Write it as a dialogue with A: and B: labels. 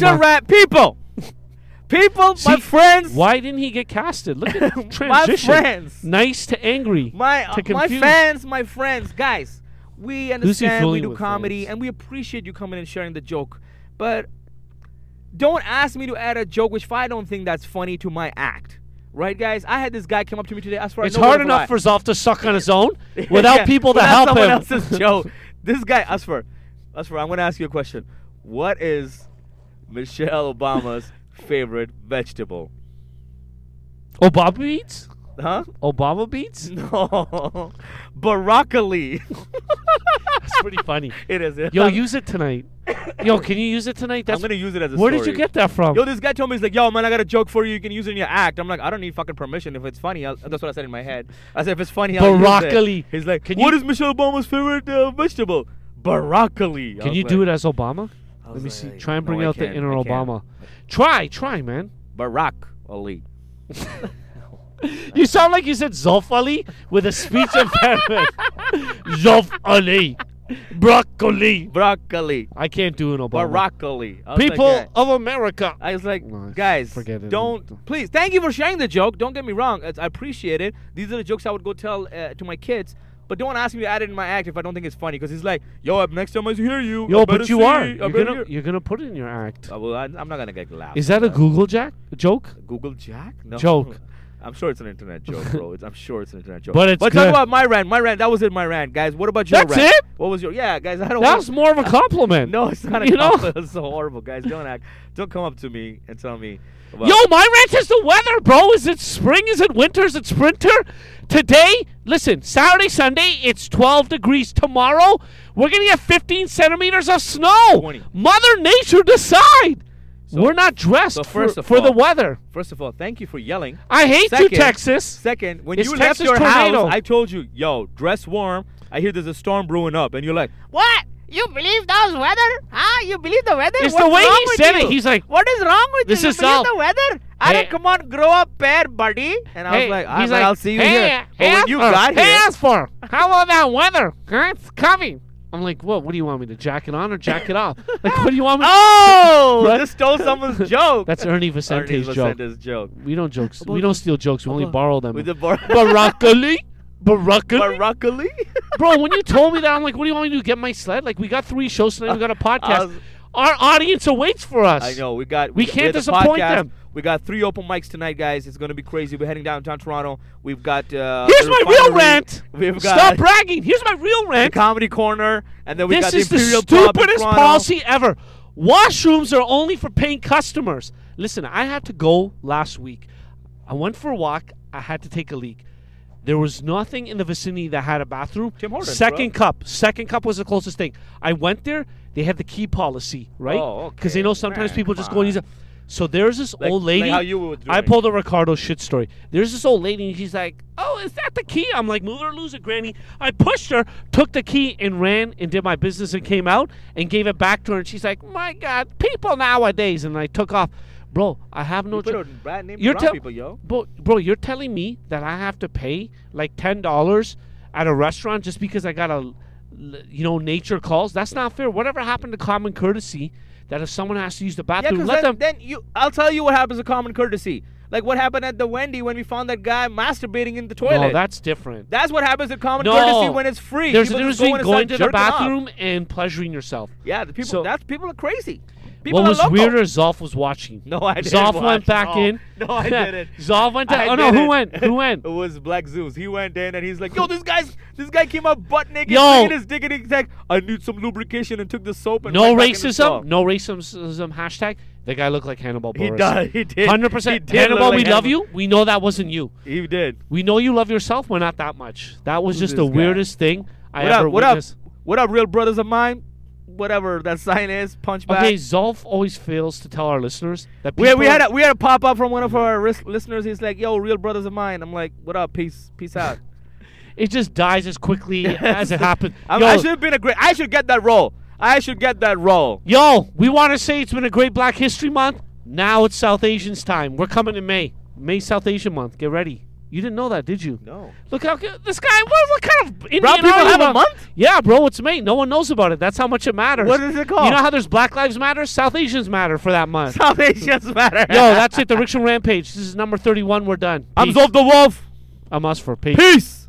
A: to rat people. People, my
B: See,
A: friends,
B: Why didn't he get casted? Look at the
A: my
B: transition.
A: friends,
B: Nice to angry.
A: my uh,
B: to
A: my
B: confuse.
A: fans, my friends, guys. We understand we
B: fooling
A: do
B: with,
A: comedy
B: fans?
A: and we appreciate you coming and sharing the joke, but don't ask me to add a joke which if I don't think that's funny to my act, right, guys? I had this guy come up to me today. I swear, I
B: It's
A: know what
B: hard
A: it
B: enough
A: was.
B: for Zoff to suck on his own without
A: Yeah,
B: people to
A: without
B: help
A: someone
B: him.
A: else's joke. This guy, Asfer, Asfer, I'm gonna ask you a question. What is Michelle Obama's favorite vegetable?
B: Obama beats?
A: Huh?
B: Obama beats?
A: No, broccoli.
B: That's pretty funny.
A: it is.
B: Yo, use it tonight. Yo, can you use it tonight?
A: I'm
B: That's
A: gonna use it as a.
B: where did you
A: story.
B: get that from?
A: Yo, this guy told me he's like, yo, man, I got a joke for you. You can use it in your act. I'm like, I don't need fucking permission. If it's funny, I'll, that's what I said in my head. I said, if it's funny, I'll Use
B: Broccoli.
A: it. He's like,
B: Can
A: what
B: you-
A: is Michelle Obama's favorite uh, vegetable? Broccoli.
B: can you do it as Obama?
A: I
B: Let
A: was
B: me
A: like,
B: see. Try and
A: no,
B: bring
A: I
B: out the
A: can't.
B: inner
A: I can't.
B: Obama. Try, try, man.
A: Barack Ali.
B: You sound like you said Zof Ali with a speech impairment. Zof Ali. Broccoli.
A: Broccoli.
B: I can't do an Obama.
A: Broccoli. I was like,
B: People
A: yeah.
B: of America.
A: I was like,
B: No,
A: guys,
B: forget it.
A: don't. Please, thank you for sharing the joke. Don't get me wrong. It's, I appreciate it. These are the jokes I would go tell uh, to my kids. But don't ask me to add it in my act if I don't think it's funny. Because he's like, yo, up next time I hear you. I
B: Yo,
A: better
B: but you
A: see,
B: are.
A: I
B: You're
A: better
B: gonna
A: hear."
B: you're gonna put it in your act.
A: Uh, well, I, I'm not gonna get laughed.
B: Is that a
A: at.
B: Google Jack joke?
A: Google Jack? No.
B: Joke.
A: I'm sure it's an internet joke, bro. It's, I'm sure it's an internet joke.
B: But it's
A: but talk
B: good.
A: about my rant. My rant. That was it. My rant, guys. What about your
B: That's
A: rant?
B: it?
A: What was your? Yeah, guys. I don't.
B: That
A: wanna-
B: was more of a compliment.
A: No, it's not a
B: You know?
A: compliment. It's so horrible, guys. Don't act. Don't come up to me and tell me. About,
B: Yo, my rant is the weather, bro. Is it spring? Is it winter? Is it sprinter? Today, listen, Saturday, Sunday, it's 12 degrees. Tomorrow, we're going to get 15 centimeters of snow.
A: 20.
B: Mother Nature decide. we're not dressed
A: so first
B: for,
A: of
B: for the
A: all-
B: weather.
A: First of all, thank you for yelling.
B: I hate
A: Second-
B: you, Texas.
A: Second, when
B: It's
A: you
B: Texas
A: left your
B: tornado.
A: house, I told you, yo, dress warm. I hear there's a storm brewing up, and you're like,
C: What? You believe those weather? Huh? You believe the weather?
B: It's
C: What's
B: the way
C: wrong
B: he
C: with
B: said
C: you?
B: it. He's like,
C: what is wrong with
B: This
C: you?
B: is
C: you believe
B: all-
C: the weather? I
B: Hey.
C: don't come on, grow up, pair, buddy.
A: and I was
B: Hey,
A: like, all right,
B: he's
A: man, I'll see you
B: hey,
A: here. But
B: hey,
A: when you
B: Asper,
A: got
B: hey,
A: here,
B: Asper, how about that weather? Huh? It's coming. I'm like, what? What do you want me to jack it on or jack it off? like, what do you want me?
A: oh,
B: Right?
A: just stole someone's joke.
B: That's Ernie
A: Ernie
B: Vicente's joke.
A: Vicente's joke. Um,
B: We don't jokes. We don't steal jokes. We only
A: about-
B: borrow them.
A: With the bar-
B: Broccoli, broccoli,
A: broccoli.
B: bro. When you told me that, I'm like, what do you want me to do? Get my sled? Like, we got three shows tonight. We got a podcast.
A: was-
B: Our audience awaits for us.
A: I know we got.
B: We
A: got-
B: can't
A: had the
B: disappoint
A: podcast.
B: them.
A: We got three open mics tonight, guys. It's gonna be crazy. We're heading downtown Toronto. We've got. Uh,
B: Here's
A: the
B: my real
A: refinery.
B: rant.
A: We've got
B: Stop bragging. Here's my real
A: the
B: rant.
A: comedy corner, and then we
B: this
A: got the
B: is the,
A: Imperial Pub in
B: stupidest
A: Toronto.
B: policy ever. Washrooms are only for paying customers. Listen, I had to go last week. I went for a walk. I had to take a leak. There was nothing in the vicinity that had a bathroom.
A: Tim Hortons,
B: second
A: bro.
B: cup. Second cup was the closest thing. I went there. They had the key policy, right?
A: Oh,
B: Because they
A: okay.
B: know sometimes
A: Man,
B: people
A: come
B: just go and use it. So there's this
A: Like-
B: old lady.
A: like how you were doing.
B: I pulled a Ricardo shit story. There's this old lady, and she's like, "Oh, is that the key?" I'm like, "Move it or lose it, Granny." I pushed her, took the key, and ran and did my business and came out and gave it back to her. And she's like, "My God, people nowadays!" And I took off, bro. I have no.
A: You put
B: cho-
A: a bad name
B: You're
A: around
B: tell-
A: people, yo.
B: bro, bro, you're telling me that I have to pay like ten dollars at a restaurant just because I got a, l- you know, nature calls? That's not fair. Whatever happened to common courtesy? That if someone has to use the
A: Yeah,
B: bathroom,
A: because
B: let
A: then,
B: them.
A: then you. I'll tell you what happens to common courtesy. Like what happened at the Wendy when we found that guy masturbating in the toilet.
B: no, that's different.
A: That's what happens to common
B: No.
A: courtesy when it's free.
B: There's a
A: People
B: difference
A: just go
B: between
A: and start
B: going to the
A: jerking off.
B: bathroom and pleasuring yourself.
A: Yeah, the people.
B: So-
A: that's people are crazy. People are
B: what was
A: loco.
B: weirder is Zoff was watching.
A: No, I didn't.
B: Zoff
A: watch.
B: went back
A: No.
B: in.
A: No, I didn't.
B: Zoff went.
A: I
B: To, oh no,
A: did
B: who
A: it.
B: went? Who went?
A: It was Black Zeus. He went in and he's like, "Yo, this guy's this guy came up butt naked,
B: Yo.
A: sticking his dick in his neck. I need some lubrication and took the soap and
B: No
A: went back in the stall."
B: racism. No racism. Hashtag. The guy looked like Hannibal
A: He
B: Buress.
A: does. He did.
B: Hundred
A: He
B: percent.
A: did look
B: Hannibal,
A: like
B: we love
A: Hannibal.
B: you. We know that wasn't you.
A: He did.
B: We know you love yourself. We're not that much. That was
A: Who's
B: just the
A: this guy?
B: weirdest thing I
A: what
B: ever
A: up? What
B: witnessed.
A: up? What up, real brothers of mine? Whatever that sign is, punch back.
B: Okay, Zoff always fails to tell our listeners that
A: we, we
B: people-
A: had a, we had a pop up from one of our ris- listeners. He's like, "Yo, real brothers of mine." I'm like, "What up? Peace, peace out."
B: it just dies as quickly as it happened.
A: I'm-
B: Yo,
A: I should have been a great. I should get that role. I should get that role.
B: Yo, we want to say it's been a great Black History Month. Now it's South Asians time. We're coming in May. May South Asian Month. Get ready. You didn't know that, did you?
A: No.
B: Look how good this guy. What, what kind of Indian
A: Brown people
B: are you,
A: have a
B: bro?
A: month?
B: Yeah, bro, it's May. No one knows about it. That's how much it matters.
A: What is it called?
B: You know how there's Black Lives Matter? South Asians matter for that month.
A: South Asians matter.
B: Yo, that's it. The Rickshaw Rampage. This is number 31. We're done.
A: I'm
B: Peace.
A: Zolf the Wolf.
B: I'm us for peace.
A: Peace.